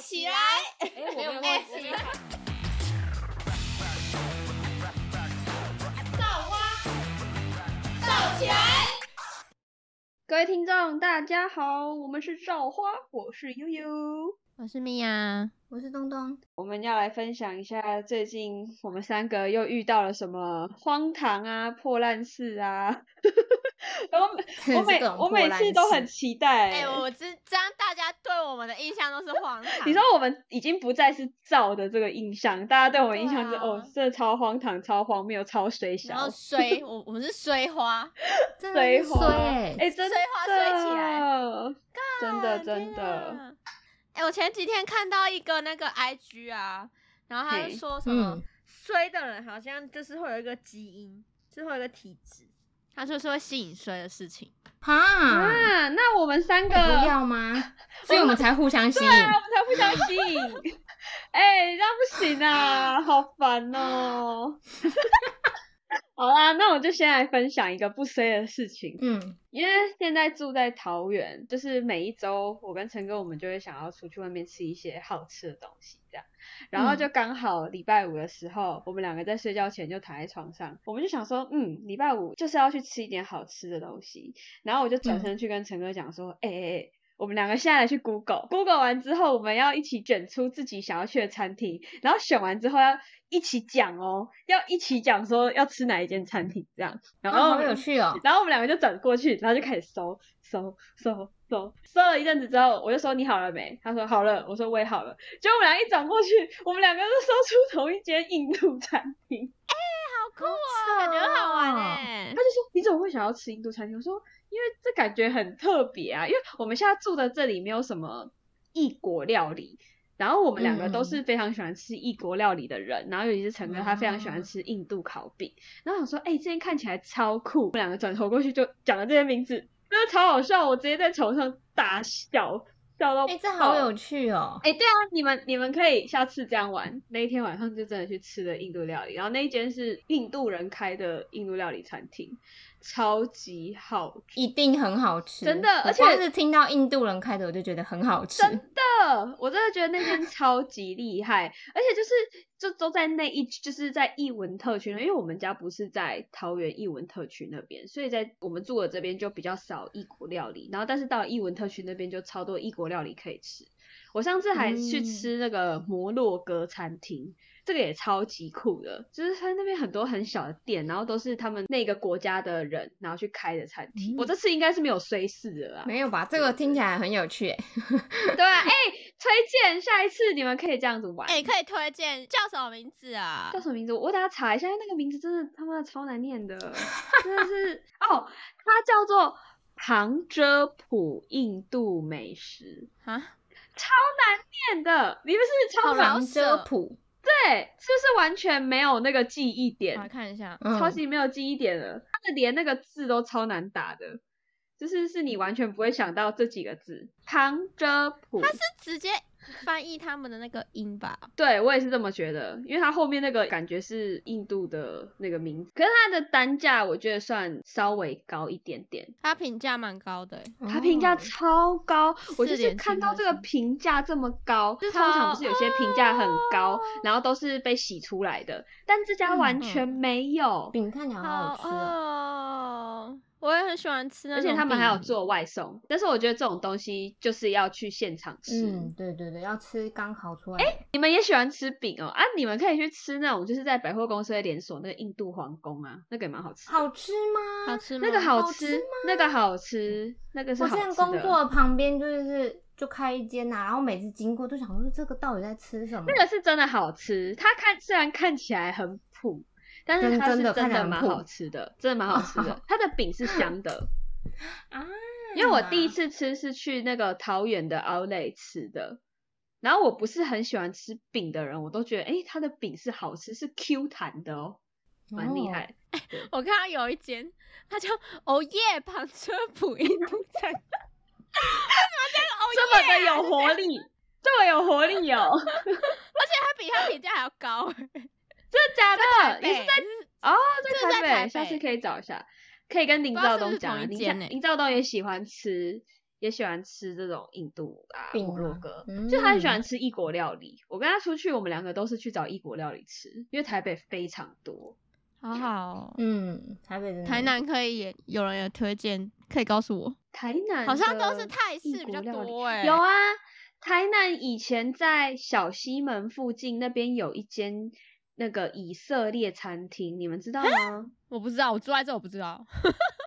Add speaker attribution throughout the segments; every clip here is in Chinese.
Speaker 1: 起来！
Speaker 2: 哎，我没有
Speaker 1: 哎
Speaker 2: 忘记。
Speaker 1: 造起来！
Speaker 3: 各位听众，大家好，我们是照花，我是悠悠，
Speaker 4: 我是米娅，
Speaker 1: 我是东东，
Speaker 3: 我们要来分享一下最近我们三个又遇到了什么荒唐啊、破烂事啊。 我我 每我每次都很期待、
Speaker 1: 哎、我知这样大家对我们的印象都是荒唐。
Speaker 3: 你知道我们已经不再是造的这个印象，大家对我们印象是、
Speaker 1: 对啊哦
Speaker 3: 哦，真的超荒唐、超荒谬、超水
Speaker 1: 然
Speaker 3: 小
Speaker 1: 后、衰，我我们是衰花，
Speaker 4: 真
Speaker 3: 水
Speaker 4: 的是
Speaker 3: 花，
Speaker 4: 衰
Speaker 3: 哎、
Speaker 4: 欸，
Speaker 3: 真的
Speaker 1: 水花水起来
Speaker 3: 真
Speaker 1: 干啊
Speaker 3: 的真
Speaker 1: 天
Speaker 3: 的，
Speaker 1: 啊哎、我前几天看到一个那个 IG 啊，然后他就
Speaker 3: 嘿
Speaker 1: 说什么、
Speaker 4: 嗯
Speaker 1: 衰的人好像就是会有一个基因，就是会有一个体质，他就是会吸引衰的事情。
Speaker 4: 哈，
Speaker 3: 啊，那我们三个
Speaker 4: 哎不要吗？所以我们才互相吸
Speaker 3: 对
Speaker 4: 引。
Speaker 3: 啊，我们才不相信。 哎、这样不 行啊，好烦哦。 好啦，那我就先来分享一个不衰的事情，
Speaker 4: 嗯，
Speaker 3: 因为现在住在桃园，就是每一周我跟陈哥我们就会想要出去外面吃一些好吃的东西，这样。然
Speaker 4: 嗯
Speaker 3: 后就刚好礼拜五的时候，我们两个在睡觉前就躺在床上，我们就想说，嗯，礼拜五就是要去吃一点好吃的东西。然后我就
Speaker 4: 嗯
Speaker 3: 转身去跟陈哥讲说，哎哎哎。欸我们两个现在来去 Google，Google 完之后，我们要一起选出自己想要去的餐厅，然后选完之后要一起讲哦，要一起讲说要吃哪一间餐厅这样。然后、
Speaker 4: 哦好有趣哦。
Speaker 3: 然后我们两个就转过去，然后就开始搜搜搜搜，搜了一阵子之后，我就说你好了没？他说好了，我说我也好了。结果我们俩一转过去，我们两个都搜出同一间印度餐厅。
Speaker 1: 好酷
Speaker 4: 好
Speaker 1: 哦，
Speaker 4: 扯
Speaker 1: 感觉很好玩
Speaker 4: 哦
Speaker 1: 哎、
Speaker 3: 他就说你怎么会想要吃印度餐厅？我说因为这感觉很特别啊，因为我们现在住的这里没有什么异国料理。然后我们两个都
Speaker 4: 嗯
Speaker 3: 是非常喜欢吃异国料理的人，然后尤其是陈哥，他非常喜欢吃印度烤饼。然后我说，哎、这间看起来超酷，我们两个转头过去就讲了这些名字，真的超好笑，我直接在床上大笑，笑到
Speaker 4: 哎、
Speaker 3: 爆。
Speaker 4: 这好有趣哦。
Speaker 3: 哎、对啊，你们你们可以下次这样玩。那一天晚上就真的去吃了印度料理，然后那一间是印度人开的印度料理餐厅，超级好吃。
Speaker 4: 一定很好吃，
Speaker 3: 真的
Speaker 4: 我
Speaker 3: 而且
Speaker 4: 光是听到印度人开的，我就觉得很好吃。
Speaker 3: 真的，我真的觉得那间超级厉害，而且就是就都在那一就是在艺文特区那，因为我们家不是在桃园艺文特区那边，所以在我们住的这边就比较少异国料理，然后但是到了艺文特区那边就超多异国料理可以吃。我上次还去
Speaker 4: 嗯
Speaker 3: 吃那个摩洛哥餐厅，这个也超级酷的，就是它那边很多很小的店，然后都是他们那个国家的人然后去开的餐厅。我这次应该是没有衰事了啦，
Speaker 4: 没有吧？这个听起来很有趣，哎
Speaker 3: 对啊，哎、推荐下一次你们可以这样子玩。
Speaker 1: 哎、可以推荐叫什么名字啊
Speaker 3: 叫？什么名字？我等下查一下，因为那个名字真的他妈的超难念的，真的是 哦，它叫做旁遮普印度美食，
Speaker 1: 啊，
Speaker 3: 念的你们是超
Speaker 1: 好
Speaker 3: 难
Speaker 1: 老
Speaker 4: 旁
Speaker 1: 舍
Speaker 4: 遮普，
Speaker 3: 对，是不是完全没有那个记忆点？
Speaker 1: 我来看一下。
Speaker 4: 嗯
Speaker 3: 超级没有记忆点了，他的连那个字都超难打的，就是是你完全不会想到这几个字。旁遮普，
Speaker 1: 他是直接翻译他们的那个音吧？
Speaker 3: 对我也是这么觉得，因为它后面那个感觉是印度的那个名字，可是它的单价我觉得算稍微高一点点，
Speaker 1: 他评价蛮高的欸、
Speaker 3: 它评价
Speaker 4: 哦
Speaker 3: 超高，我就
Speaker 1: 4.7
Speaker 3: 是看到这个
Speaker 1: 颗星
Speaker 3: 评价这么高，就是通
Speaker 1: 好
Speaker 3: 常不是有些评价很高，然后都是被洗出来的，但这家完全没有，
Speaker 4: 饼看起来好好吃哦。
Speaker 1: 哦，我也很喜欢吃那
Speaker 3: 而
Speaker 1: 种饼，
Speaker 3: 且他们还有做外送，但是我觉得这种东西就是要去现场吃，
Speaker 4: 嗯，对对对，要吃刚烤出来的。
Speaker 3: 你们也喜欢吃饼哦啊，你们可以去吃那种就是在百货公司的连锁那个印度皇宫啊，那个也蛮好吃的。
Speaker 4: 好吃吗？
Speaker 1: 好吃吗？
Speaker 3: 那个好
Speaker 4: 好吃
Speaker 3: 吃，那个好吃，那个是
Speaker 4: 我
Speaker 3: 好
Speaker 4: 之
Speaker 3: 吃
Speaker 4: 前
Speaker 3: 的。
Speaker 4: 工作的旁边就是就开一间呐、然后每次经过都想说这个到底在吃什么？哦
Speaker 3: 那个是真的好吃，它看虽然看起来很普，但是
Speaker 4: 真
Speaker 3: 它是
Speaker 4: 真的
Speaker 3: 真
Speaker 4: 看起来
Speaker 3: 的
Speaker 4: 很
Speaker 3: 蛮
Speaker 4: 普
Speaker 3: 好吃的，真的蛮好吃 的。它的饼是香的，
Speaker 4: 啊，
Speaker 3: 因为我第一次吃是去那个桃园的 Outlet 吃的。然后我不是很喜欢吃饼的人，我都觉得，哎，它的饼是好吃，是 Q 弹的哦，蛮厉害。
Speaker 1: 我看到有一间，他叫哦耶旁遮普印度餐，
Speaker 3: 这么的有活力，
Speaker 4: 哦
Speaker 3: 这么有活力 哦，
Speaker 1: 他比他评价还要高欸。
Speaker 3: 真的假
Speaker 1: 台
Speaker 3: 的？你是
Speaker 1: 北
Speaker 3: 在哦，
Speaker 1: 这
Speaker 3: 在
Speaker 1: 是
Speaker 3: 台
Speaker 1: 在台
Speaker 3: 下次
Speaker 1: 北
Speaker 3: 可以找一下，可以跟林兆
Speaker 1: 不
Speaker 3: 东
Speaker 1: 知道
Speaker 3: 讲啊。
Speaker 1: 是不是同一
Speaker 3: 林
Speaker 1: 间
Speaker 3: 兆
Speaker 1: 欸
Speaker 3: 林兆东也喜欢吃，也喜欢吃这种印度啊、
Speaker 4: 饼
Speaker 3: 摩洛
Speaker 4: 吗
Speaker 3: 哥，
Speaker 4: 嗯
Speaker 3: 就他很喜欢吃异国料理。我跟他出去，我们两个都是去找异国料理吃，因为台北非常多。
Speaker 1: 好好哦。
Speaker 4: 嗯，台北真的
Speaker 1: 台南可以也有人有推荐，可以告诉我。
Speaker 3: 台南
Speaker 1: 好像都
Speaker 3: 的
Speaker 1: 是泰
Speaker 3: 异
Speaker 1: 式比
Speaker 3: 国
Speaker 1: 较
Speaker 3: 料理
Speaker 1: 多哎、
Speaker 3: 有啊，台南以前在小西门附近那边有一间那个以色列餐厅，你们知道吗？
Speaker 1: 我不知道，我住在这我不知道。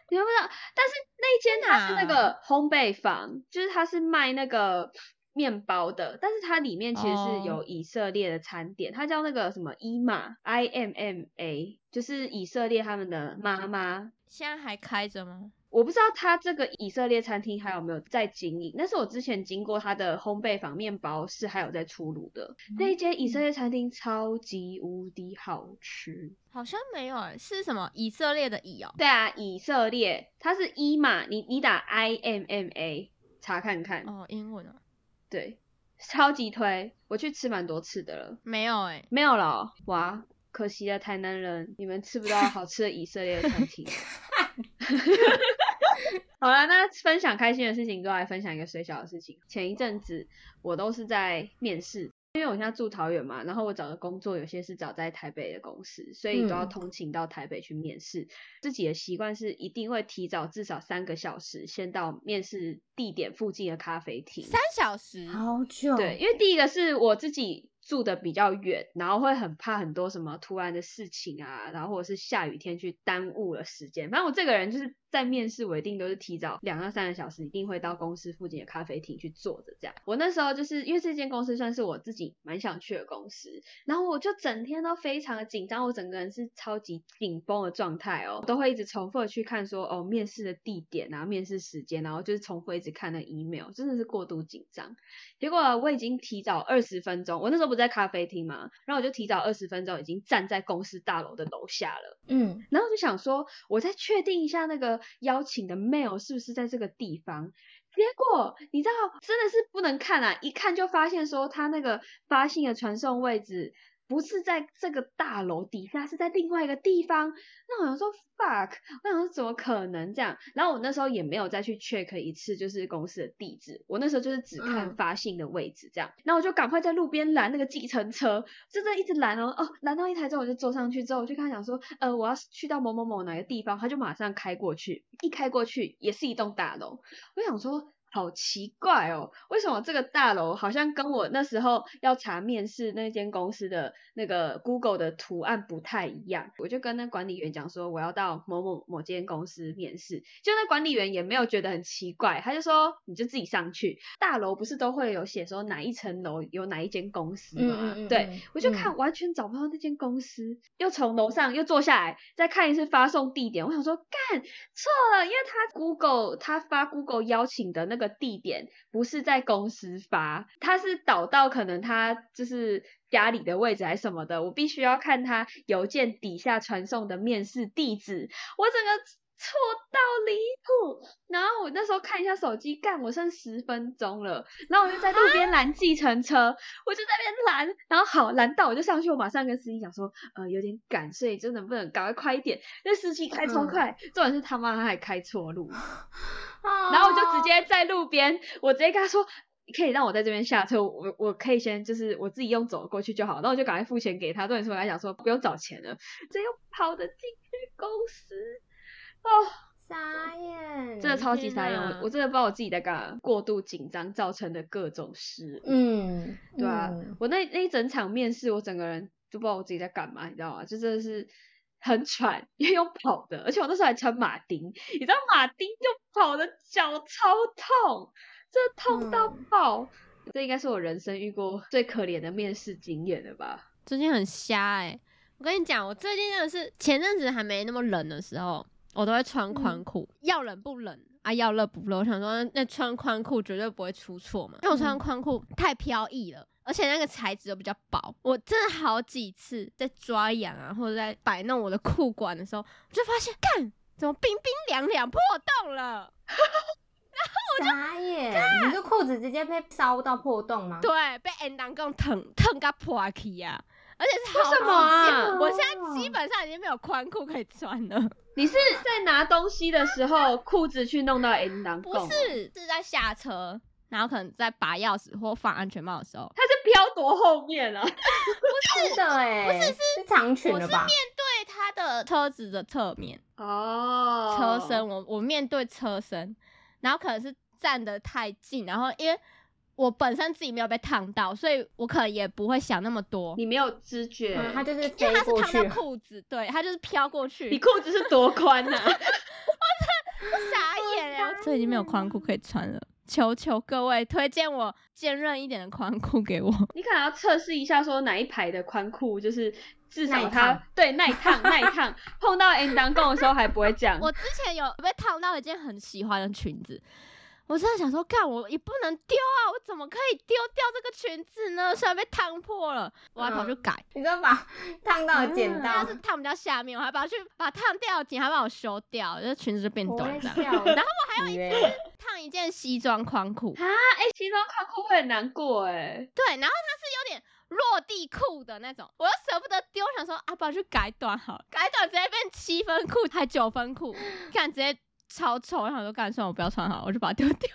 Speaker 3: 你们不知道，但是那一间
Speaker 1: 在
Speaker 3: 它是那
Speaker 1: 哪
Speaker 3: 个烘焙坊，就是它是卖那个面包的，但是它里面其实
Speaker 1: 哦
Speaker 3: 是有以色列的餐点，它叫那个什么伊玛 I M M A，就是以色列他们的妈妈。
Speaker 1: 现在还开着吗？
Speaker 3: 我不知道它这个以色列餐厅还有没有在经营，但是我之前经过它的烘焙坊面包是还有在出炉的。
Speaker 1: 嗯
Speaker 3: 那一间以色列餐厅超级无敌好吃。
Speaker 1: 好像没有哎、是什么以色列的以哦、
Speaker 3: 对啊，以色列，它是一嘛，你你打 I M M A 查看看，
Speaker 1: 哦，英文哦、
Speaker 3: 对，超级推，我去吃蛮多次的了，
Speaker 1: 没有哎、
Speaker 3: 没有了哦、哇，可惜了台南人，你们吃不到好吃的以色列餐厅。哦 好了，那分享开心的事情之后，来分享一个水小的事情。前一阵子我都是在面试，因为我现在住桃园嘛，然后我找的工作有些是找在台北的公司，所以都要
Speaker 4: 嗯
Speaker 3: 通勤到台北去面试。自己的习惯是一定会提早至少三个小时，先到面试地点附近的咖啡厅。
Speaker 1: 三小时，
Speaker 4: 嗯好久，
Speaker 3: 对，，因为第一个是我自己住的比较远，然后会很怕很多什么突然的事情啊，然后或者是下雨天去耽误了时间。反正我这个人就是在面试，我一定都是提早两到三个小时，一定会到公司附近的咖啡厅去坐着这样。我那时候就是因为这间公司算是我自己蛮想去的公司，然后我就整天都非常的紧张，我整个人是超级紧绷的状态哦，都会一直重复的去看说哦面试的地点啊、面试时间，然后就是重复一直看那 email，真的是过度紧张。结果我已经提早二十分钟，我那时候不是在咖啡厅嘛，然后我就提早二十分钟已经站在公司大楼的楼下了，
Speaker 4: 嗯，
Speaker 3: 然后我就想说，我再确定一下那个邀请的 mail 是不是在这个地方。结果你知道，真的是不能看啊，一看就发现说他那个发信的传送位置。不是在这个大楼底下，是在另外一个地方。那我想说 fuck，我想说怎么可能这样？然后我那时候也没有再去 check 一次，就是公司的地址。我那时候就是只看
Speaker 4: 嗯
Speaker 3: 发信的位置这样。然后我就赶快在路边拦那个计程车，真的一直拦哦哦，拦到一台之后我就坐上去之后，我就跟他讲说，呃，我要去到某某某哪个地方，他就马上开过去。一开过去也是一栋大楼，我想说。好奇怪哦，为什么这个大楼好像跟我那时候要查面试那间公司的那个 Google 的图案不太一样？我就跟那管理员讲说我要到某某某间公司面试，就那管理员也没有觉得很奇怪，他就说你就自己上去。大楼不是都会有写说哪一层楼有哪一间公司
Speaker 4: 嗯
Speaker 3: 吗？
Speaker 4: 嗯嗯，
Speaker 3: 啊对，
Speaker 4: 嗯
Speaker 3: 我就看，完全找不到那间公司，又从楼上又坐下来再看一次发送地点。我想说，干错了，因为他 Google 他发 Google 邀请的那个地点不是在公司发，他是导到可能他就是家里的位置还是什么的，我必须要看他邮件底下传送的面试地址。我整个错到离谱。然后我那时候看一下手机，干，我剩十分钟了。然后我就在路边拦计程车，我就在那边拦，然后好拦到我就上去，我马上跟司机讲说，呃，有点赶，所以就能不能赶快快一点？那司机开超
Speaker 4: 嗯
Speaker 3: 快，重点是他妈他还开错路，
Speaker 1: 哦
Speaker 4: 嗯
Speaker 3: 然后我就直，接在路边，我直接跟他说。可以让我在这边下车，我我可以先就是我自己用走过去就好，然后我就赶快付钱给他。重点是我还想说不用找钱了，这又跑得进去公司，哦，
Speaker 4: 傻眼，
Speaker 3: 真的超级
Speaker 1: 天
Speaker 3: 傻眼，
Speaker 1: 哪
Speaker 3: 我我真的不知道我自己在干嘛，过度紧张造成的各种失误。
Speaker 4: 嗯，
Speaker 3: 对啊
Speaker 4: 嗯
Speaker 3: 我那那一整场面试，我整个人就不知道我自己在干嘛，你知道吗？就真的是很喘， 因为用跑的，而且我那时候还穿马丁，你知道马丁就跑的脚超痛，这痛到
Speaker 4: 嗯
Speaker 3: 爆。这应该是我人生遇过最可怜的面试经验了吧？
Speaker 1: 最近很瞎哎、我跟你讲，我最近真的是前阵子还没那么冷的时候，我都会穿宽裤，嗯要冷不冷啊，要热不热。我想说，那穿宽裤绝对不会出错嘛，因为我穿
Speaker 4: 嗯
Speaker 1: 宽裤太飘逸了。而且那个材质又比较薄，我真的好几次在抓痒啊，或者在摆弄我的裤管的时候，我就发现，干，怎么冰冰凉凉破洞了？
Speaker 4: 傻眼，你这裤子直接被烧到破洞吗？
Speaker 1: 对，被 N 当共疼疼个破去啊！而且是好
Speaker 3: 为什么啊
Speaker 1: 久我现在基本上已经没有宽裤可以穿了，
Speaker 3: 你是在拿东西的时候裤子去弄到 N 囊
Speaker 1: 不是是在下车，然后可能在拔钥匙或放安全帽的时候，
Speaker 3: 它是飘多后面啊？
Speaker 4: 真的哎，不是是长裙
Speaker 1: 我
Speaker 4: 的
Speaker 1: 是
Speaker 4: 吧
Speaker 1: 面？对他的车子的侧面
Speaker 3: 哦，
Speaker 1: 车身，我我面对车身，然后可能是站得太近，然后因为我本身自己没有被烫到，所以我可能也不会想那么多，
Speaker 3: 你没有知觉，
Speaker 4: 嗯，它就是
Speaker 1: 因
Speaker 4: 飞
Speaker 1: 为他
Speaker 4: 过
Speaker 1: 是
Speaker 4: 去
Speaker 1: 烫到，裤子，对他就是飘过去，
Speaker 3: 你裤子是多宽呐、啊？
Speaker 1: 傻眼哎、我这已经没有宽裤可以穿了，求求各位推荐我坚韧一点的宽裤给我。
Speaker 3: 你可能要测试一下，说哪一排的宽裤就是至
Speaker 4: 耐
Speaker 3: 少
Speaker 4: 烫
Speaker 3: 它对耐烫耐烫，碰到 N 当供的时候还不会这样。
Speaker 1: 我之前有被烫到一件很喜欢的裙子，我真的想说，干我也不能丢啊，我怎么可以丢掉这个裙子呢？虽然被烫破了，我还跑去改，
Speaker 4: 你知道把烫到的剪
Speaker 1: 但
Speaker 3: 啊
Speaker 4: 刀
Speaker 1: 是，烫不到下面，我还把它去把它烫掉的紧，还把我修掉，这裙子就变
Speaker 4: 我
Speaker 1: 短
Speaker 4: 会
Speaker 1: 这样
Speaker 4: 笑。欸然后我还有一次，
Speaker 1: 烫一件西装宽裤，
Speaker 3: 啊，哎、西装宽裤会很难过哎、
Speaker 1: 对，然后它是有点落地裤的那种，我又舍不得丢，想说啊，不然去改短好了，改短直接变七分裤，还九分裤，干直接超丑，我想说干，算了，我不要穿好了，我就把它丢掉。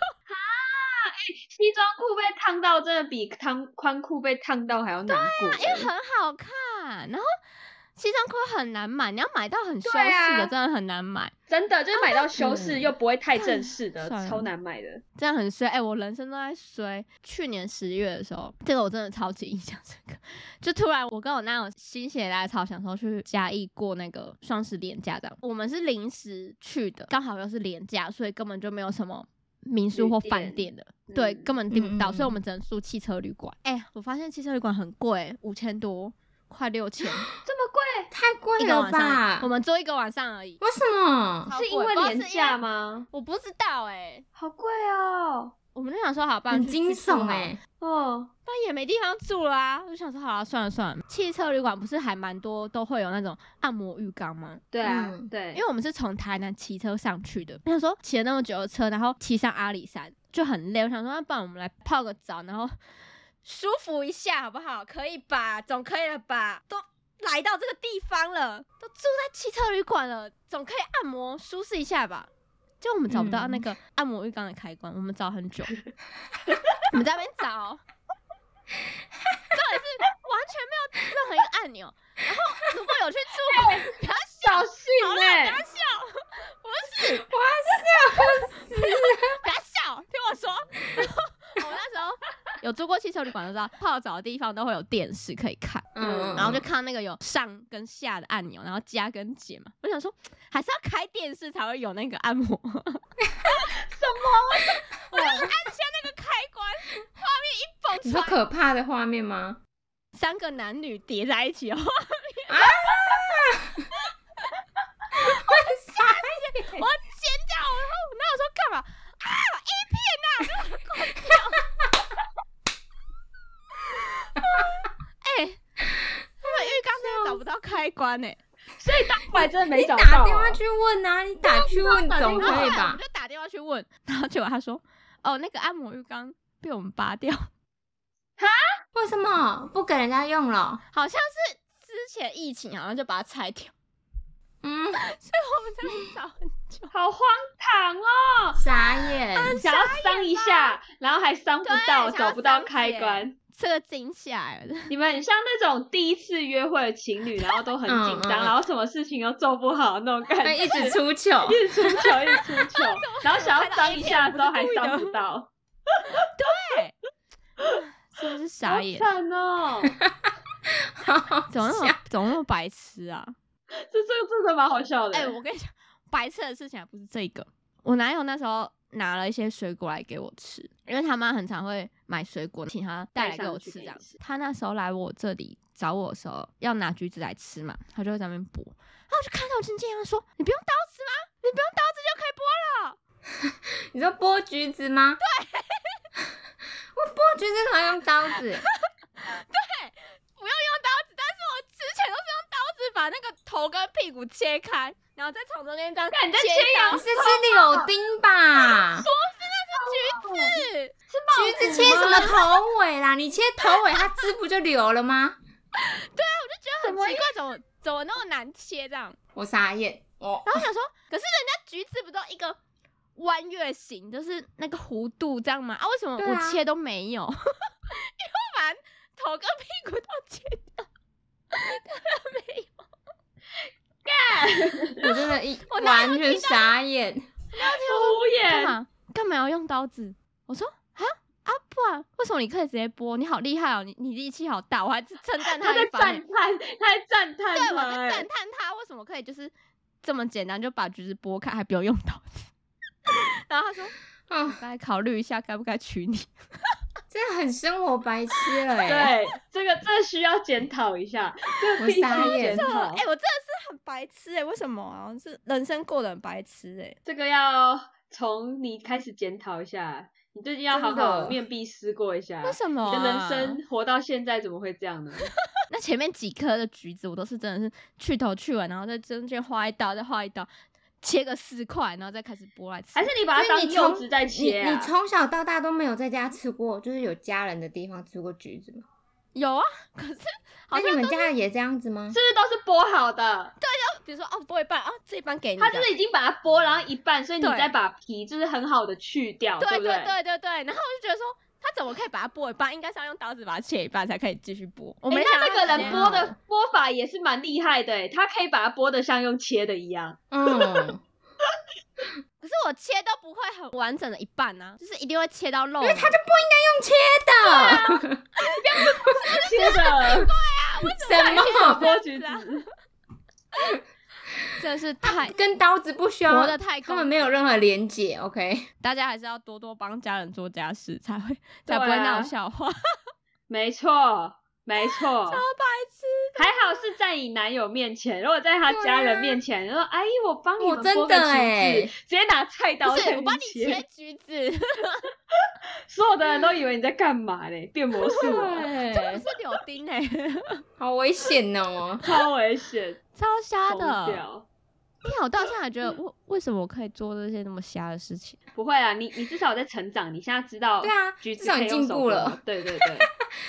Speaker 3: 西装裤被烫到真的比烫宽裤被烫到还要难过、
Speaker 1: 啊因为很好看，然后西装裤很难买，你要买到很修饰
Speaker 3: 对啊
Speaker 1: 的，真的很难买，
Speaker 3: 真的就是买到修
Speaker 1: 嗯
Speaker 3: 饰又不会太正式的，
Speaker 1: 算了
Speaker 3: 超难买的。
Speaker 1: 真的很衰。哎、我人生都在衰。去年十月的时候，这个我真的超级印象深刻，就突然我跟我那种心血来潮，想说去嘉义过那个双十连假这样。我们是临时去的，刚好又是连假，所以根本就没有什么民宿
Speaker 3: 旅
Speaker 1: 或
Speaker 3: 店
Speaker 1: 饭店的。对，
Speaker 3: 嗯
Speaker 1: 根本订不到，
Speaker 4: 嗯嗯
Speaker 1: 所以我们只能住汽车旅馆。哎、我发现汽车旅馆很贵，五千多，快 六千
Speaker 3: 这么贵，
Speaker 4: 太贵
Speaker 1: 一个
Speaker 4: 了
Speaker 1: 晚上
Speaker 4: 吧，
Speaker 1: 我？们住一个晚上而已。
Speaker 4: 为什么？
Speaker 1: 超
Speaker 3: 是因
Speaker 1: 贵
Speaker 3: 为
Speaker 1: 不知道
Speaker 3: 廉
Speaker 1: 是因
Speaker 3: 价
Speaker 1: 为
Speaker 3: 吗？
Speaker 1: 我不知道哎、
Speaker 3: 好贵哦，
Speaker 1: 我们就想说好，不然
Speaker 4: 很
Speaker 1: 去
Speaker 4: 惊
Speaker 1: 去住
Speaker 4: 悚
Speaker 1: 好
Speaker 4: 哎、
Speaker 1: 了，
Speaker 3: 哦，
Speaker 1: 不然也没地方住啦、我就想说好了，算了算了。汽车旅馆不是还蛮多都会有那种按摩浴缸吗？
Speaker 3: 对啊，
Speaker 4: 嗯
Speaker 3: 对，
Speaker 1: 因为我们是从台南骑车上去的，我 想说骑了那么久的车，然后骑上阿里山就很累，我想说那啊不然我们来泡个澡，然后舒服一下好不好？可以吧？总可以了吧？都来到这个地方了，都住在汽车旅馆了，总可以按摩舒适一下吧？就我们找不到
Speaker 4: 嗯
Speaker 1: 那个按摩浴缸的开关，我们找很久，我们在那边找。重点是完全没有任何一个按钮，然后如果有去住过，不要笑
Speaker 3: 小心哎、
Speaker 1: 不要笑，不是，不要笑，听我说。然后我那时候有住过汽车旅馆，都知道泡澡的地方都会有电视可以看，
Speaker 4: 嗯，
Speaker 1: 然后就看那个有上跟下的按钮，然后加跟减嘛。我想说，还是要开电视才会有那个按摩。什么？ 我就按下那个开关，画面一
Speaker 4: 你
Speaker 1: 蹦出
Speaker 4: 说
Speaker 1: 来，
Speaker 4: 可怕的画面吗？
Speaker 1: 三个男女叠在一起哦。我尖叫！然后我那我说干嘛啊？A 片呐、啊，然后狂叫！哎、他们浴缸真的找不到开关哎呢、
Speaker 3: 所以当时还真的没
Speaker 4: 你
Speaker 3: 找到、
Speaker 4: 打
Speaker 3: 哦。
Speaker 4: 电话去问啊，你打去问
Speaker 3: 打
Speaker 4: 总
Speaker 3: 电
Speaker 1: 然后
Speaker 4: 可
Speaker 1: 后
Speaker 4: 以
Speaker 1: 来我
Speaker 4: 吧
Speaker 1: 们？就打电话去问，然后结果他说：“哦，那个按摩浴缸被我们拔掉，
Speaker 4: 为什么不给人家用了？
Speaker 1: 好像是之前疫情，好像就把它拆掉，
Speaker 4: 嗯，
Speaker 1: 所以 我们在那边找很久。
Speaker 3: 好荒唐哦！
Speaker 4: 傻眼，
Speaker 3: 想要伤一下，然后还伤不到，
Speaker 1: 对想要
Speaker 3: 找不到开关。
Speaker 1: 这个惊吓了，
Speaker 3: 你们很像那种第一次约会的情侣，然后都很紧
Speaker 4: 嗯
Speaker 3: 张，
Speaker 4: 嗯哎
Speaker 3: 然后什么事情都做不好那种感
Speaker 4: 那
Speaker 3: 觉，
Speaker 4: 一直出糗，
Speaker 3: 一直出糗，一直 出糗，然后想要伤一下之后还伤不到，
Speaker 1: 真的是傻
Speaker 3: 好
Speaker 1: 眼，
Speaker 3: 惨哦！
Speaker 1: 怎么那么怎么那么白痴啊？”
Speaker 3: 这这真的蛮好笑的。
Speaker 1: 哎、我跟你讲，白痴的事情还不是这个。我男友那时候拿了一些水果来给我吃，因为他妈很常会买水果，请他带来给我吃这样子。他那时候来我这里找我的时候，要拿橘子来吃嘛，他就在那边剥。然后我就看到我亲戚他说：“你不用刀子吗？你不用刀子就可以剥了。
Speaker 4: 你说剥橘子吗？对，我剥橘子怎么用刀 子？
Speaker 1: 不用用刀子，但是我之前都是用刀子把那个头跟屁股切开，然后再从中间这样
Speaker 3: 干你在
Speaker 1: 切
Speaker 3: 切
Speaker 1: 一刀
Speaker 4: 你是吃柳丁吧？
Speaker 1: 子。
Speaker 4: 橘子切什么头尾啦？你切头尾，它汁不就流了吗？
Speaker 1: 我奇怪，怎么怎么那么难切这样？
Speaker 4: 我傻眼，我
Speaker 1: 然后我想说，可是人家橘子不都一个弯月形，就是那个弧度这样吗？啊，为什么
Speaker 4: 对啊
Speaker 1: 我切都没有？因为 我把头跟屁股都切掉，当然没有。
Speaker 4: 我真的一
Speaker 1: 我哪有
Speaker 4: 完全傻眼。
Speaker 3: 敷
Speaker 1: 干
Speaker 3: 衍，
Speaker 1: 嘛干嘛要用刀子？我说啊啊，不然为什么你可以直接剥？你好厉害哦，你你力气好大，我还是称赞
Speaker 3: 他
Speaker 1: 他
Speaker 3: 在
Speaker 1: 一番欸。
Speaker 3: 赞叹，他在赞叹
Speaker 1: 对，我
Speaker 3: 他
Speaker 1: 在
Speaker 3: 欸
Speaker 1: 赞叹他为什么可以就是这么简单就把橘子剥开，还不用用刀子。 然后他说：“
Speaker 4: 啊
Speaker 1: 我该考虑一下该不该娶你。
Speaker 4: 真的很生活白痴了哎、
Speaker 3: 对，这个这需要检讨 一下，这个
Speaker 4: 我
Speaker 3: 必须
Speaker 4: 傻眼
Speaker 3: 检
Speaker 1: 哎、
Speaker 3: 讨，
Speaker 1: 我真的是很白痴哎、为什么啊？是人生过得很白痴哎、
Speaker 3: 这个要从你开始检讨一下，你最近要好
Speaker 4: 真
Speaker 3: 好
Speaker 4: 的
Speaker 3: 面壁思过一下，
Speaker 1: 为什么、啊
Speaker 3: 你的人生活到现在怎么会这样呢？
Speaker 1: 那前面几颗的橘子，我都是真的是去头去尾，然后在中间划一刀，再划一刀，切个四块，然后再开始剥来吃。
Speaker 3: 还是你把它
Speaker 4: 所
Speaker 3: 当
Speaker 4: 以你
Speaker 3: 柚
Speaker 4: 从
Speaker 3: 子在切
Speaker 4: 你
Speaker 3: 啊
Speaker 4: 你？从小到大都没有在家吃过，就是有家人的地方吃过橘子吗？
Speaker 1: 有啊，可是好
Speaker 4: 那
Speaker 1: 像
Speaker 4: 你们家也这样子吗
Speaker 3: 是不？是都是剥好的？
Speaker 1: 比如说哦，剥一半啊，这一半给你这
Speaker 3: 它
Speaker 1: 样。
Speaker 3: 就是已经把它剥，然后一半，所以你
Speaker 1: 对
Speaker 3: 再把皮就是很好的去掉，
Speaker 1: 对
Speaker 3: 不
Speaker 1: 对对对，然后我就觉得说，他怎么可以把它剥一半？应该是要用刀子把它切一半才可以继续剥。我
Speaker 3: 诶
Speaker 1: 没想
Speaker 3: 哎那
Speaker 1: 到
Speaker 3: 这个
Speaker 1: 他直
Speaker 3: 人
Speaker 1: 接
Speaker 3: 剥的剥法也是蛮厉害的诶，他可以把它剥的像用切的 一样。
Speaker 4: 嗯，
Speaker 1: 可是我切都不会很完整的一半啊，就是一定会切到肉嘛。
Speaker 4: 因为它就不应该用切的。
Speaker 3: 切的
Speaker 1: 什
Speaker 4: 什么
Speaker 3: 剥橘
Speaker 1: 这样子
Speaker 3: 子，
Speaker 1: 真的是太
Speaker 4: 跟刀子不需要
Speaker 1: 活得太
Speaker 4: 他
Speaker 1: 公
Speaker 4: 们没有任何连结，OK？
Speaker 1: 大家还是要多多帮家人做家事，才会才
Speaker 3: 对
Speaker 1: 不会
Speaker 3: 啊
Speaker 1: 闹笑话。
Speaker 3: 没错没错
Speaker 1: 超。白痴！
Speaker 3: 还好是在你男友面前，如果在他家人面前，然后阿姨我帮你
Speaker 4: 啊我
Speaker 3: 们
Speaker 4: 真
Speaker 3: 剥个
Speaker 4: 的
Speaker 3: 橘子
Speaker 4: 欸
Speaker 3: 直接拿菜刀
Speaker 1: 不
Speaker 3: 在
Speaker 1: 是，
Speaker 3: 那
Speaker 1: 我帮你
Speaker 3: 边
Speaker 1: 切，橘子，是
Speaker 3: 所有的人都以为你在干嘛嘞，变魔术哦，
Speaker 4: 嗯对，
Speaker 1: 柳丁 哎、
Speaker 4: 好危险哦！
Speaker 3: 超 危险，
Speaker 1: 超瞎
Speaker 3: 疯
Speaker 1: 的！
Speaker 3: 掉。
Speaker 1: 因为我到现在还觉得，为为什么我可以做这些那么瞎的事情？
Speaker 3: 不会啊，你你至少在成长，你现在知道
Speaker 4: 对啊
Speaker 3: 橘子
Speaker 4: 至少
Speaker 3: 可以
Speaker 4: 你
Speaker 3: 用
Speaker 4: 进
Speaker 3: 手
Speaker 4: 步
Speaker 3: 剥
Speaker 4: 了，
Speaker 3: 对对 对，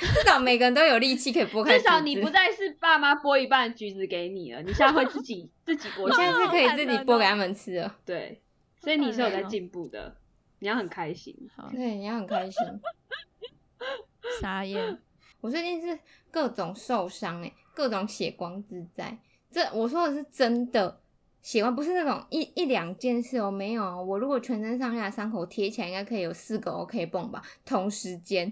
Speaker 4: 至少每个人都有力气可以剥开
Speaker 3: 至
Speaker 4: 橘子，
Speaker 3: 少你不再是爸妈剥一半橘子给你了，你现在会 自己自己剥
Speaker 4: 我
Speaker 3: 橘
Speaker 4: 现在是
Speaker 3: 子，
Speaker 4: 可以自己剥给他们吃 了。
Speaker 3: 对，所以你是有
Speaker 1: 好
Speaker 3: 在
Speaker 1: 感人哦
Speaker 3: 进步的，你要很开心。
Speaker 1: 好
Speaker 4: 对，你要很开心。
Speaker 1: 傻眼。
Speaker 4: 我最近是各种受伤哎、各种血光之灾。这我说的是真的血光，不是那种一一两件事哦，没有哦。我如果全身上下的伤口贴起来，应该可以有四个 OK 泵吧，同时间。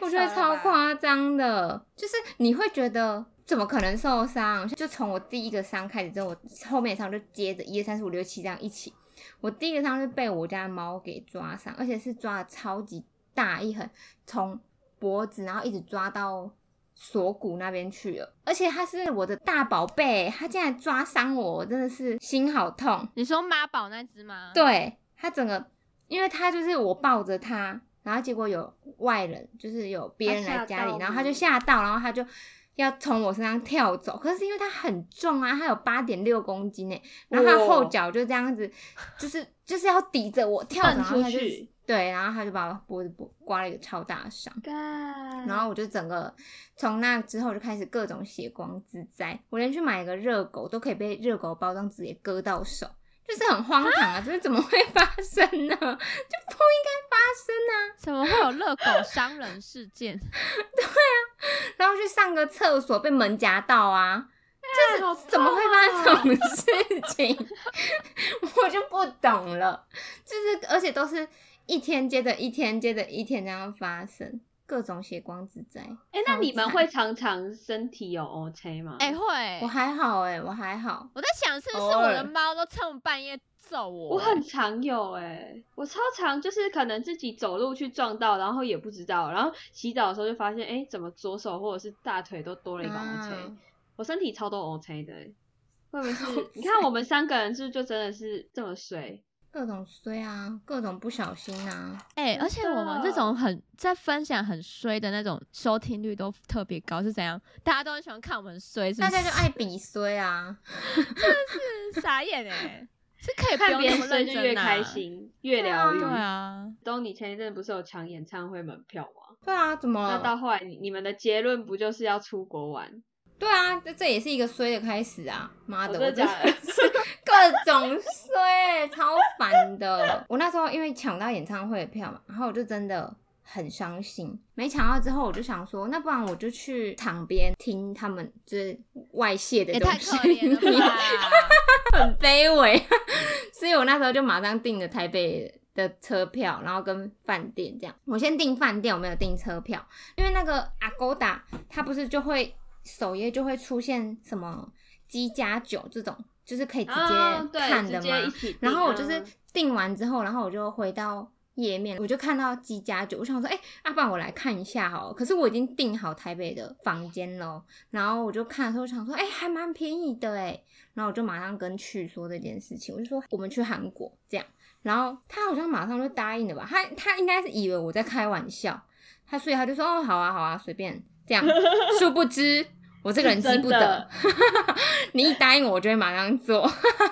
Speaker 4: 我觉得超夸张的，就是你会觉得怎么可能受伤？就从我第一个伤开始之后，我后面的伤就接着一二三四五六七这样一起。我第一个伤是被我家的猫给抓伤，而且是抓的超级大一痕，从脖子然后一直抓到锁骨那边去了。而且它是我的大宝贝，它竟然抓伤我，我真的是心好痛。
Speaker 1: 你说妈宝那只吗？，
Speaker 4: 对他整个，因为他就是我抱着他，然后结果有外人，就是有别人来家
Speaker 3: 啊他吓到
Speaker 4: 里，然后他
Speaker 3: 你
Speaker 4: 就吓到，然后他就要从我身上跳走。可是因为他很重啊，他有八点六公斤诶，然后他
Speaker 3: 哇
Speaker 4: 后脚就这样子，就是就是要抵着我跳
Speaker 3: 蹬
Speaker 4: 着，然后
Speaker 3: 出
Speaker 4: 他就
Speaker 3: 去
Speaker 4: 对，然后他就把我脖子脖刮了一个超大的伤。然
Speaker 3: 然
Speaker 4: 后我就整个从那之后就开始各种血光之灾，我连去买一个热狗都可以被热狗包装纸给割到手，就是很荒唐啊！就是怎么会发生呢？就不应该发生啊！
Speaker 1: 怎么会有热狗伤人事件？
Speaker 4: 然后去上个厕所被门夹到啊，
Speaker 3: 这是
Speaker 4: 怎么会发生这种
Speaker 3: 哦
Speaker 4: 事情？ 我就不懂了，就是而且都是一天接着一天接着一天这样发生，各种血光之灾。
Speaker 3: 哎、那
Speaker 4: 超
Speaker 3: 你们
Speaker 4: 惨
Speaker 3: 会常常身体有 O K 吗？
Speaker 1: 哎、会、
Speaker 4: 我还好哎、我还好。
Speaker 1: 我在想是不是
Speaker 4: 偶
Speaker 1: 我的
Speaker 4: 尔
Speaker 1: 猫都趁我半夜揍我、
Speaker 3: 我很常有哎、我超常就是可能自己走路去撞到，然后也不知道，然后洗澡的时候就发现，哎、怎么左手或者是大腿都多了一个
Speaker 1: 嗯
Speaker 3: O K，、
Speaker 4: 啊
Speaker 3: 我身体超多 O K 的、欸，会不 会是？你看我们三个人是不是就真的是这么衰？
Speaker 4: 各种衰啊，各种不小心啊，
Speaker 1: 哎、
Speaker 3: 真
Speaker 1: 而且我们
Speaker 3: 的
Speaker 1: 这种很在分享很衰的那种收听率都特别高，是怎样？大家都很喜欢看我们衰，是不
Speaker 4: 大
Speaker 1: 是？
Speaker 4: 家就哎爱比衰啊。
Speaker 1: 是 傻眼哎、 是可以不
Speaker 3: 看
Speaker 1: 用
Speaker 3: 别
Speaker 1: 那
Speaker 3: 人
Speaker 1: 么
Speaker 3: 衰
Speaker 1: 认
Speaker 3: 就
Speaker 1: 真、啊、
Speaker 3: 越开。心，越疗愈。
Speaker 1: 对啊，
Speaker 4: 嗯
Speaker 3: 东，你前一阵不是有抢演唱会门票吗？
Speaker 1: 嗯
Speaker 4: 对啊，怎么
Speaker 3: 那到
Speaker 4: 了？
Speaker 3: 后来你你们的结论不就是要出国玩？
Speaker 4: 对啊，这这也是一个衰的开始啊！妈的，
Speaker 3: 哦
Speaker 4: 我
Speaker 3: 真的
Speaker 4: 真
Speaker 3: 假的
Speaker 4: 的是各种衰，超烦的。我那时候因为抢到演唱会的票嘛，然后我就真的很伤心。没抢到之后，我就想说，那不然我就去场边听他们就是外泄的
Speaker 1: 也
Speaker 4: 东
Speaker 1: 太可
Speaker 4: 西，
Speaker 1: 怜了 吧！
Speaker 4: 很卑微。 所以我那时候就马上订了台北的车票，然后跟饭店这样。我先订饭店，我没有订车票，因为那个 Agoda 它不是就会首页就会出现什么鸡加酒这种，就是可以直
Speaker 3: 啊
Speaker 4: 接看的
Speaker 3: 对，直
Speaker 4: 吗？
Speaker 3: 接一起订。
Speaker 4: 然后我就是
Speaker 3: 嗯
Speaker 4: 订完之后，然后我就回到页面，我就看到鸡加酒，我想说，哎、阿、爸，我来看一下好了。可是我已经订好台北的房间喽，然后我就看的时候想说，哎、还蛮便宜的哎，然后我就马上跟去说这件事情，我就说我们去韩国这样，然后他好像马上就答应了吧，他他应该是以为我在开玩笑，他所以他就说，哦，好啊，好啊，随便这 样，殊不知。我这个人
Speaker 3: 是
Speaker 4: 记
Speaker 3: 真
Speaker 4: 不
Speaker 3: 的
Speaker 4: 得， 你一答应我，我就会马上做，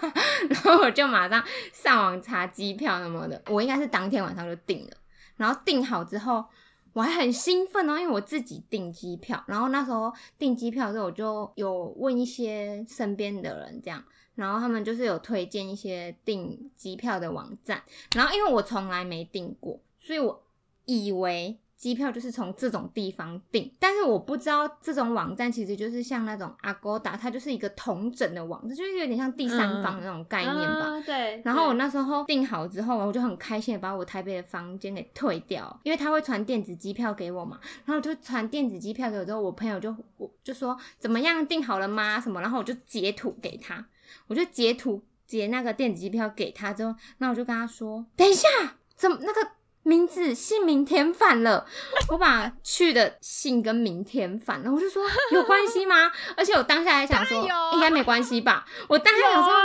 Speaker 4: 然后我就马上上网查机票什么的。我应该是当天晚上就订了，然后订好之后，我还很兴奋哦，因为我自己订机票。然后那时候订机票的时候，我就有问一些身边的人这样，然后他们就是有推荐一些订机票的网站。然后因为我从来没订过，所以我以为。机票就是从这种地方订，但是我不知道这种网站其实就是像那种 Agoda，它就是一个同整的网站，就是有点像第三方的那种概念吧。
Speaker 3: 啊对。
Speaker 4: 然后我
Speaker 3: 对
Speaker 4: 那时候订好之后，我就很开心的把我台北的房间给退掉，因为他会传电子机票给我嘛。然后就传电子机票给我之后，我朋友就我就说怎么样订好了吗？什么？然后我就截图给他，我就截图截那个电子机票给他之后，那我就跟他说，等一下，怎么那个名字姓名填反了？我把去的姓跟名填反了，我就说有关系吗？而且我当下还想说
Speaker 1: 当然有啊
Speaker 4: 应该没关系吧，我当下
Speaker 3: 有
Speaker 4: 想说。
Speaker 3: 啊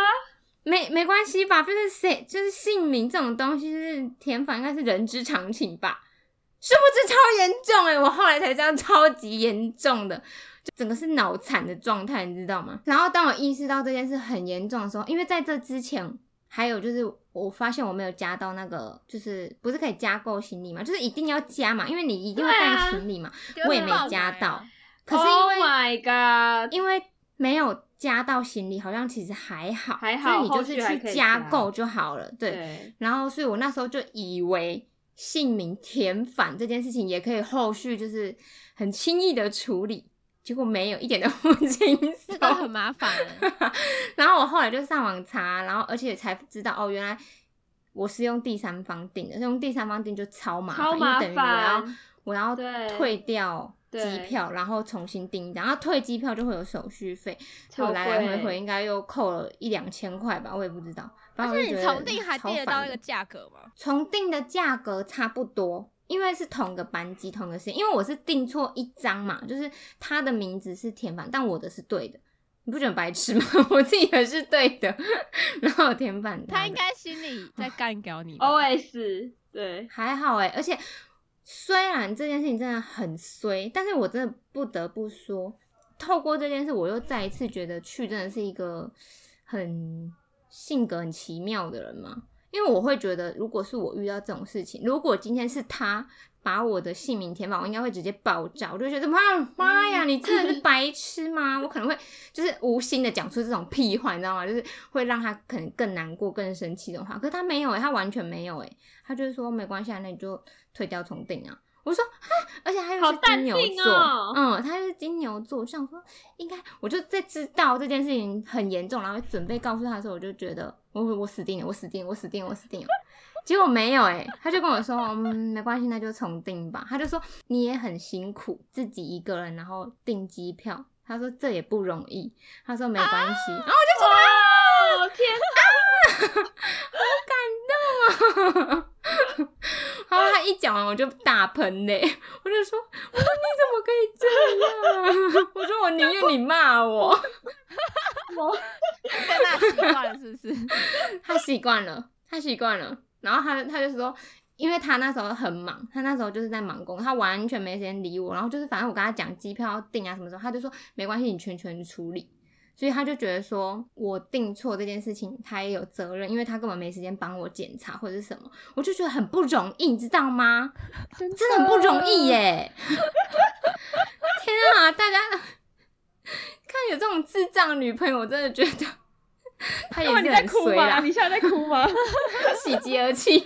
Speaker 4: 没没关系吧，就是谁就是姓名这种东西，就是填反应该是人之常情吧。殊不知超严重哎、我后来才知道超级严重的，就整个是脑残的状态，你知道吗？然后当我意识到这件事很严重的时候，因为在这之前还有就是我发现我没有加到那个，就是不是可以加购行李嘛，就是一定要加嘛，因为你一定会
Speaker 3: 对啊
Speaker 4: 带行李嘛，我也没加到。可是因
Speaker 3: Oh
Speaker 4: 为、
Speaker 3: my god！
Speaker 4: 因为没有加到行李，好像其实还好，
Speaker 3: 还好后
Speaker 4: 就是
Speaker 3: 续
Speaker 4: 你就
Speaker 3: 还
Speaker 4: 是
Speaker 3: 可以
Speaker 4: 去加
Speaker 3: 加
Speaker 4: 购就好了。对，
Speaker 3: 对，
Speaker 4: 然后所以我那时候就以为姓名填反这件事情也可以后续就是很轻易的处理，结果没有，一点都不轻松
Speaker 1: 这。个
Speaker 3: 嗯
Speaker 1: 很麻烦 欸，
Speaker 4: 然后我后来就上网查，然后而且才知道哦，原来我是用第三方订的，用第三方订就超麻烦，
Speaker 3: 超麻
Speaker 4: 因为等于我要
Speaker 3: 烦。
Speaker 4: 我要
Speaker 3: 对
Speaker 4: 退掉
Speaker 3: 对
Speaker 4: 机票，然后重新订一张，然后退机票就会有手续费，所以
Speaker 3: 超
Speaker 4: 我来来回
Speaker 3: 贵
Speaker 4: 回应该又扣了一两千块吧，我也不知道。反
Speaker 1: 而
Speaker 4: 正我
Speaker 1: 且
Speaker 4: 就
Speaker 1: 你
Speaker 4: 觉得
Speaker 1: 重订还
Speaker 4: 超
Speaker 1: 订得
Speaker 4: 烦
Speaker 1: 到那
Speaker 4: 的
Speaker 1: 个价格吗？
Speaker 4: 重订的价格差不多，因为是同个班机、同个时间，因为我是订错一张嘛，就是他的名字是填反，但我的是对的。你不觉得很白痴吗？ 我自己的是对的，然后我填反的
Speaker 1: 他应该心里 在干掉你吧。
Speaker 4: 哦
Speaker 3: OS 对，
Speaker 4: 还好哎、而且虽然这件事情真的很衰，但是我真的不得不说，透过这件事，我又再一次觉得去真的是一个很性格很奇妙的人嘛。因为我会觉得，如果是我遇到这种事情，如果今天是他把我的姓名填满，我应该会直接爆炸。我就会觉得妈妈呀，你真的是白痴吗？我可能会就是无心的讲出这种屁话，你知道吗？就是会让他可能更难过、更生气的话。可是他没有、欸，他完全没有、欸，他就是说没关系，啊，那你就退掉重订啊。我说哈，而且还有
Speaker 3: 好
Speaker 4: 是
Speaker 3: 淡
Speaker 4: 金牛
Speaker 3: 定
Speaker 4: 座，
Speaker 3: 哦
Speaker 4: 嗯，他是金牛座，我想说应该，我就在知道这件事情很严重，然后准备告诉他的时候，我就觉得我我死定了，我死定了，我死定了，我死定了。结果没有哎、他就跟我说，嗯，没关系，那就重订吧。他就说你也很辛苦，自己一个人然后订机票，他说这也不容易，他说没关系，然后
Speaker 3: 哇，哦天
Speaker 4: 然后他一讲完，我就大喷嘞，我就说，我说你怎么可以这样？啊 我说我宁愿你骂我。
Speaker 1: 被骂习 惯了是不是？
Speaker 4: 他习惯了，他习惯了。然后他他就说，因为他那时候很忙，他那时候就是在忙工，他完全没时间理我。然后就是反正我跟他讲机票要订啊什么时候，他就说没关系，你全权处理。所以他就觉得说我订错这件事情，他也有责任，因为他根本没时间帮我检查或者是什么，我就觉得很不容易，你知道吗？
Speaker 3: 真
Speaker 4: 真的很不容易耶！天啊，大家有这种智障女朋友，我真的觉得 她也
Speaker 3: 哇，你
Speaker 4: 是
Speaker 3: 在
Speaker 4: 很
Speaker 3: 哭
Speaker 4: 衰
Speaker 3: 吗？
Speaker 4: 啦，
Speaker 3: 你现在在 哭吗？
Speaker 4: 喜极而泣。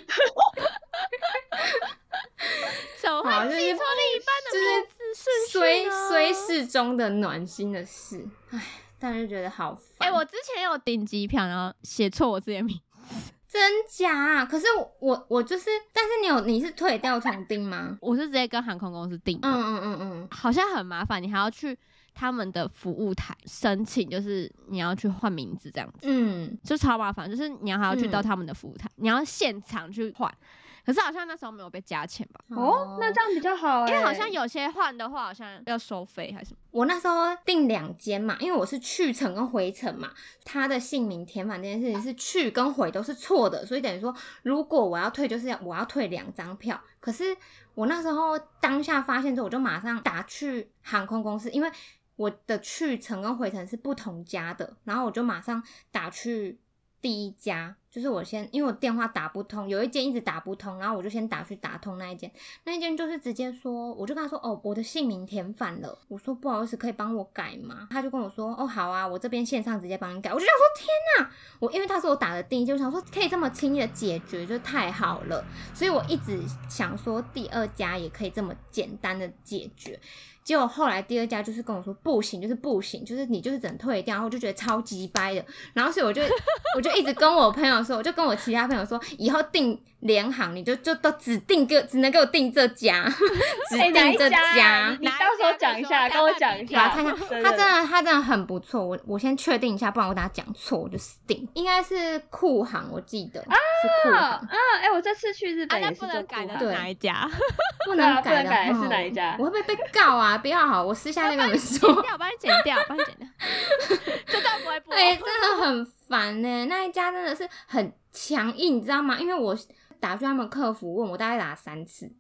Speaker 1: 怎么
Speaker 4: 好
Speaker 1: 会
Speaker 4: 就是
Speaker 1: 记错另一半的
Speaker 4: 就是
Speaker 1: 名字顺序
Speaker 4: 虽
Speaker 1: 呢
Speaker 4: 虽是中的暖心的事，唉，但是觉得好
Speaker 1: 哎、
Speaker 4: 烦。
Speaker 1: 我之前有订机票，然后写错我自己的名，
Speaker 4: 真假、啊？可是我我就是，但是你有你是退掉重订吗？
Speaker 1: 我是直接跟航空公司订的，
Speaker 4: 嗯嗯嗯嗯，
Speaker 1: 好像很麻烦，你还要去他们的服务台申请，就是你要去换名字这样子，
Speaker 4: 嗯，
Speaker 1: 就超麻烦，就是你要还要去到
Speaker 4: 嗯
Speaker 1: 他们的服务台，你要现场去换。可是好像那时候没有被加钱吧，
Speaker 3: 哦，那这样比较好哎、
Speaker 1: 因为好像有些换的话好像要收费还是什么。
Speaker 4: 我那时候订两间嘛，因为我是去程跟回程嘛，他的姓名填反这件事情是去跟回都是错的，所以等于说，如果我要退，就是要我要退两张票。可是我那时候当下发现之后，我就马上打去航空公司，因为我的去程跟回程是不同家的，然后我就马上打去第一家，就是我先因为我电话打不通，有一间一直打不通，然后我就先打去打通那一间，那一间就是直接说，我就跟他说，哦，我的姓名填反了。我说不好意思，可以帮我改吗？他就跟我说，哦，好啊，我这边线上直接帮你改。我就想说，天哪！我因为他是我打的第一件，我想说可以这么轻易的解决，就太好了。所以我一直想说，第二家也可以这么简单的解决。结果后来第二家就是跟我说不行，就是不行，就是你就是只能退掉，然后我就觉得超级掰的，然后所以我就我就一直跟我朋友说，我就跟我其他朋友说，以后订联航你就就都只订给只能给我订这家， 只
Speaker 3: 哎
Speaker 4: 订
Speaker 3: 哪一
Speaker 4: 这
Speaker 3: 家啊，你
Speaker 1: 哪一
Speaker 3: 到时候
Speaker 1: 家
Speaker 3: 讲一
Speaker 1: 你说
Speaker 3: 下，
Speaker 1: 大
Speaker 3: 跟我
Speaker 1: 概
Speaker 3: 讲
Speaker 1: 比
Speaker 3: 一
Speaker 1: 较
Speaker 3: 下。
Speaker 4: 好看 看啊
Speaker 3: 真
Speaker 4: 他
Speaker 3: 的
Speaker 4: 真的他真的很不错，我我先确定一下，不然我等下讲错我就死定。应该是酷航，我记得、是酷
Speaker 3: 啊
Speaker 4: 航，
Speaker 3: 啊！哎、我这次去日
Speaker 1: 啊，
Speaker 3: 本也
Speaker 1: 那
Speaker 3: 是
Speaker 1: 不
Speaker 3: 做
Speaker 1: 能改的
Speaker 3: 顾
Speaker 1: 是
Speaker 3: 客
Speaker 4: 对
Speaker 1: 哪一家？
Speaker 4: 不
Speaker 3: 对
Speaker 4: 能
Speaker 3: 啊不能
Speaker 4: 改的哦
Speaker 3: 改
Speaker 4: 话
Speaker 3: 是哪一家
Speaker 4: 我会不会被告啊？不要好，我私下再跟你们
Speaker 1: 剪
Speaker 4: 说。
Speaker 1: 掉，我 帮你剪掉，我帮你 剪掉，这段不会播。
Speaker 4: 哎、真的很烦呢、那一家真的是很强硬，你知道吗？因为我打去他们客服问我，大概打了三次，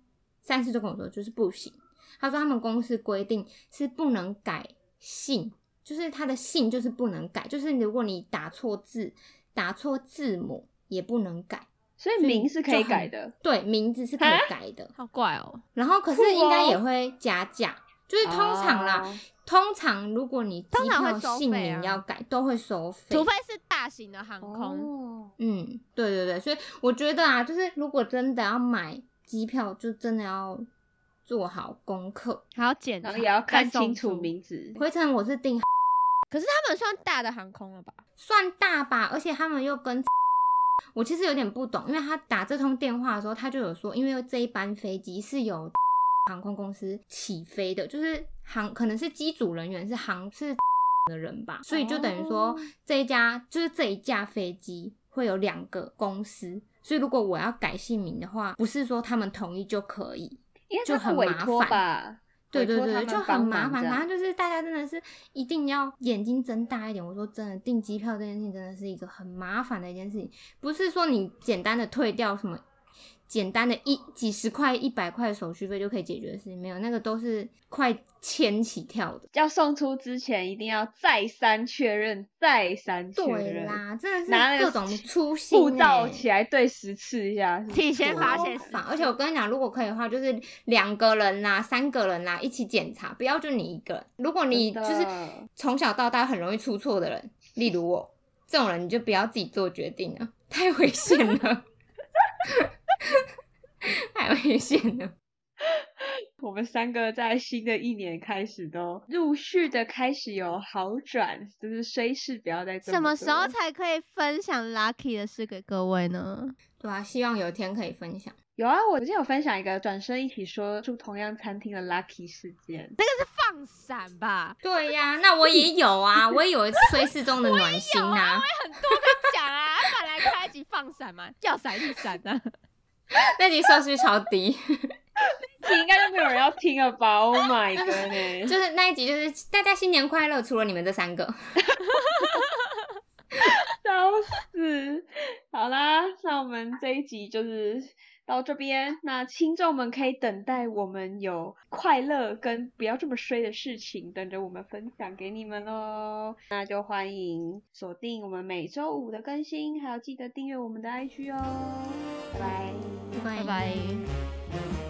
Speaker 4: 三次就跟我说就是不行。他说他们公司规定是不能改姓，就是他的姓就是不能改，就是如果你打错字、打错字母也不能改。
Speaker 3: 所以
Speaker 4: 所以
Speaker 3: 名是可
Speaker 4: 就
Speaker 3: 以
Speaker 4: 很
Speaker 3: 改的。
Speaker 4: 对，名字是可以
Speaker 3: 啊
Speaker 4: 改的。
Speaker 1: 好怪哦，
Speaker 4: 然后可
Speaker 3: 酷
Speaker 4: 是应该
Speaker 3: 哦
Speaker 4: 也会加价，就是通常啦，
Speaker 3: 哦
Speaker 4: 通常如果你
Speaker 1: 通
Speaker 4: 机
Speaker 1: 常会
Speaker 4: 票
Speaker 1: 收
Speaker 4: 姓
Speaker 1: 费
Speaker 4: 名
Speaker 1: 啊
Speaker 4: 要改，都会收费
Speaker 1: 除。非是大型的航空，
Speaker 3: 哦，
Speaker 4: 嗯，对对对，所以我觉得啊，就是如果真的要买机票，就真的要做好功课。
Speaker 1: 还要检查，
Speaker 3: 然后也要看
Speaker 1: 再送
Speaker 3: 清楚
Speaker 1: 出。
Speaker 3: 名字。
Speaker 4: 回程我是订
Speaker 1: 可是他们算大的航空了吧？
Speaker 4: 算大吧，而且他们又跟。 我其实有点不懂，因为他打这通电话的时候，他就有说，因为这一班飞机是由 航空公司起飞的，就是航可能是机组人员是航是 的人吧，所以就等于说
Speaker 3: 哦
Speaker 4: 这一家就是这一架飞机会有两个公司，所以如果我要改姓名的话，不是说他们同意就可以，
Speaker 3: 因为
Speaker 4: 就
Speaker 3: 他是
Speaker 4: 很
Speaker 3: 委
Speaker 4: 麻
Speaker 3: 托
Speaker 4: 烦
Speaker 3: 吧？
Speaker 4: 对
Speaker 3: 委
Speaker 4: 对
Speaker 3: 托
Speaker 4: 对，
Speaker 3: 他们
Speaker 4: 就很
Speaker 3: 帮
Speaker 4: 麻
Speaker 3: 忙
Speaker 4: 烦。
Speaker 3: 这
Speaker 4: 反
Speaker 3: 样
Speaker 4: 正就是大家真的是一定要眼睛睁大一点。我说真的，订机票这件事情真的是一个很麻烦的一件事情，不是说你简单的退掉什么简单的一几十块、一百块手续费就可以解决的事情，没有那个都是快千起跳的。
Speaker 3: 要送出之前一定要再三确认，再三确
Speaker 4: 对
Speaker 3: 认，
Speaker 4: 啦，真
Speaker 3: 拿
Speaker 4: 的
Speaker 3: 那
Speaker 4: 是
Speaker 3: 个
Speaker 4: 各种粗心、欸，
Speaker 3: 护照起来对十次一下。是不是
Speaker 1: 提前
Speaker 4: 多
Speaker 1: 发现
Speaker 4: 烦而且我跟你讲，如果可以的话，就是两个人啦、三个人啊啦一起检查，不要就你一个人。如果你就
Speaker 3: 真
Speaker 4: 是
Speaker 3: 的
Speaker 4: 从小到大很容易出错的人，例如我这种人，你就不要自己做决定了，太危险了， 太危险了。
Speaker 3: 我们三个在新的一年开始都陆续的开始有好转，就是虽是不要再这
Speaker 1: 什么
Speaker 3: 做
Speaker 1: 时候才可以分享 lucky 的事给各位呢？
Speaker 4: 对啊，希望有一天可以分享。
Speaker 3: 有啊？我之前有分享一个转身一起说住同样餐厅的 lucky 事件，
Speaker 1: 放闪吧，
Speaker 4: 对呀、那我也有啊，我也有虽事中的暖心
Speaker 1: 有
Speaker 4: 呐、
Speaker 1: 啊，我也很多在讲啊，本来开一集放闪嘛，要闪就闪啊。
Speaker 4: 那集收视超低。
Speaker 3: 这应该都没有人要听了吧？Oh my
Speaker 4: 就
Speaker 3: god！
Speaker 4: 是那一集，就是大家新年快乐，除了你们这三个。
Speaker 3: 笑死！好啦，那我们这一集就是到这边。那听众们可以等待我们有快乐跟不要这么衰的事情，等着我们分享给你们喽。那就欢迎锁定我们每周五的更新，还有记得订阅我们的 IG 哦。拜
Speaker 1: 拜
Speaker 3: 拜。
Speaker 1: 拜。